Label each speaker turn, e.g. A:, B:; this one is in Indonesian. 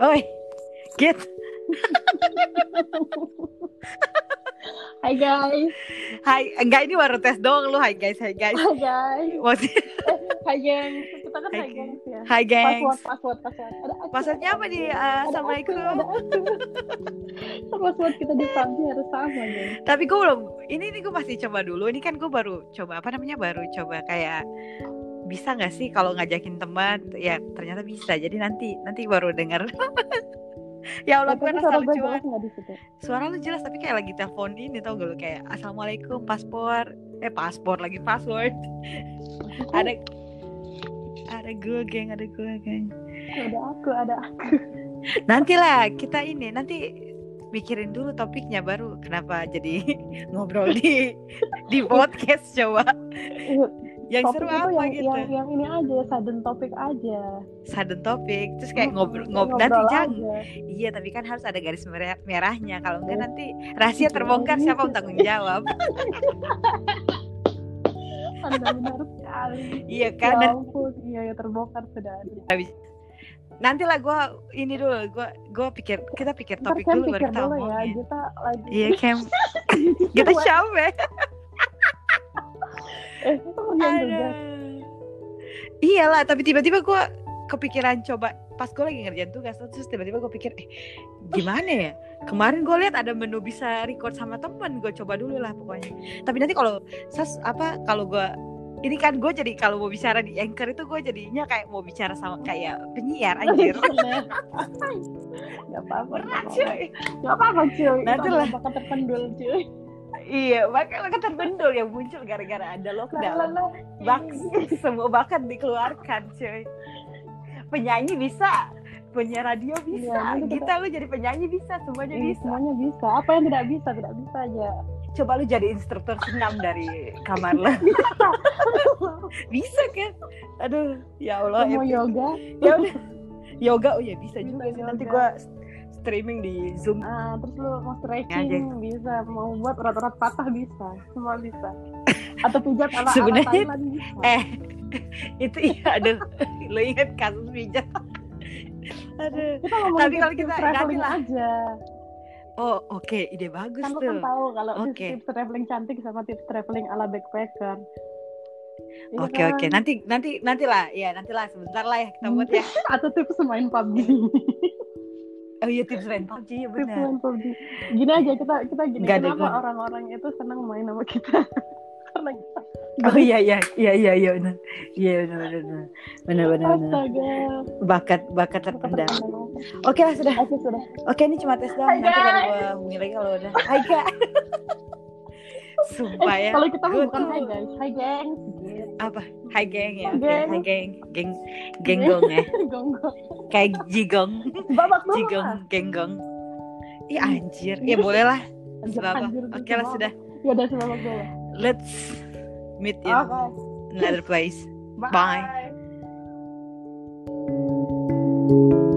A: Oi, Git.
B: Hai guys,
A: Hai, enggak ini baru tes doang lu. Hai guys, hai guys.
B: hai guys,
A: Maksudnya,
B: hai gengs. Kita kan
A: Hai
B: hai gengs ya.
A: Hai
B: Password,
A: gengs.
B: password, password. Ada aku,
A: Passwordnya
B: ada
A: apa
B: aku,
A: nih? Eh,
B: ada aku,
A: Assalamualaikum.
B: Ada aku. password kita di PUBG harus sama guys.
A: Tapi gue belum. Ini ini gue masih coba dulu. Ini kan gue baru coba apa namanya? Baru coba kayak bisa nggak sih kalau ngajakin teman? Ya ternyata bisa. Jadi nanti nanti baru denger. ya Allah, gue
B: Tapi
A: rasa
B: suara gue
A: lucu.
B: jelas nggak di situ?
A: Suara lu jelas tapi kayak lagi telepon ini tau gak lu kayak assalamualaikum paspor eh paspor lagi password ada ada gue geng ada gue geng
B: Ada Ya aku, ada aku.
A: nanti lah kita ini nanti mikirin dulu topiknya baru kenapa jadi ngobrol di di podcast coba
B: Iya,
A: yang
B: topik
A: seru
B: itu
A: apa
B: yang,
A: gitu
B: Yang, yang ini aja, sudden topik aja.
A: sudden topik terus kayak
B: Hmm,
A: ngobrol ngobrol nanti
B: ngobrol
A: jangan
B: aja.
A: iya tapi kan harus ada garis merah- merahnya kalau enggak nanti rahasia
B: Iya,
A: terbongkar siapa yang
B: gitu.
A: tanggung jawab
B: Anda benar sekali.
A: iya
B: Ya
A: kan Dan
B: ampun, iya ya terbongkar sudah ada.
A: nanti lah gue ini dulu gue gue pikir kita pikir
B: Ntar
A: topik
B: Cam
A: dulu baru
B: pikir
A: kita
B: dulu ya,
A: omongin
B: kita lagi
A: iya Cam kita ya.
B: iya,
A: capek
B: Eh, itu kerjaan tugas.
A: Aduh. Iyalah, tapi tiba-tiba gue kepikiran coba pas gue lagi ngerjain tugas terus tiba-tiba gue pikir eh gimana ya kemarin gue lihat ada menu bisa record sama temen gue coba dulu lah pokoknya tapi nanti kalau sas apa kalau gue ini kan gue jadi kalau mau bicara di anchor itu gue jadinya kayak mau bicara sama kayak penyiar anjir
B: Iya. Gak apa-apa.
A: berat
B: gak apa-apa.
A: cuy
B: Gak apa-apa cuy.
A: Nanti
B: Nanti
A: lah.
B: lah. Bakal terpendul cuy.
A: iya makanya keterbendul yang muncul gara-gara ada
B: Lah,
A: lockdown
B: lah, lah.
A: Bak semua bakat dikeluarkan cuy penyanyi bisa penyiar radio bisa
B: Iya, ini
A: kita lu jadi penyanyi bisa semuanya
B: Ini
A: bisa
B: semuanya bisa. Apa yang tidak bisa, tidak bisa aja.
A: coba lu jadi instruktur senam dari kamar lu
B: Iya.
A: bisa kan aduh ya allah
B: Lu mau
A: epic.
B: yoga?
A: ya udah yoga oh ya bisa
B: Bisa
A: juga sih
B: yoga.
A: nanti gua streaming di zoom
B: Ah, terus lu mau
A: Aja.
B: stretching bisa, mau buat urat-urat patah bisa, semua bisa. Atau pijat ala ala
A: Sebenarnya-
B: Thailand bisa.
A: eh itu iya ada lu inget kasus pijat aduh
B: kita ngomongin
A: tapi kalau
B: tips-tips
A: kita
B: Iya. traveling
A: ganti lah.
B: aja.
A: oh oke ide bagus
B: Kan lu kan
A: tuh
B: tahu kalau
A: Oke.
B: tips, tips traveling cantik sama tips traveling ala backpacker. Iya
A: Oke
B: kan?
A: oke nanti nanti nantilah ya nantilah sebentar lah ya kita buat ya.
B: Atau tips main PUBG.
A: Oh iya tips lain PUBG iya
B: tips
A: benar.
B: main PUBG. Gini aja kita kita gini
A: Nggak deh,
B: kenapa
A: gua-
B: orang-orang itu senang main sama kita? Karena kita
A: Oh iya iya iya iya iya benar. Iya benar benar benar. benar benar benar.
B: astaga.
A: Bakat bakat terpendam. Oke lah sudah.
B: Oke sudah.
A: Oke ini cuma tes doang
B: Hai,
A: nanti
B: guys.
A: kalau gua hubungi lagi kalau udah. Hai guys. Sumpah ya.
B: Kalau kita mah
A: gua
B: bukan
A: tuh-
B: hai guys, hai geng.
A: apa? Hai geng ya.
B: Hai,
A: Oke, hai
B: geng.
A: geng. Geng genggong ya.
B: Gonggong.
A: Kayak jigong,
B: Babak dulu
A: jigong,
B: lah.
A: genggong. Ih anjir. Ya boleh lah.
B: Anjir,
A: Sebab.
B: anjir,
A: Oke lah
B: babak.
A: sudah.
B: Ya udah sebab dulu.
A: Let's meet in
B: Oke.
A: another place.
B: Bye.
A: Bye.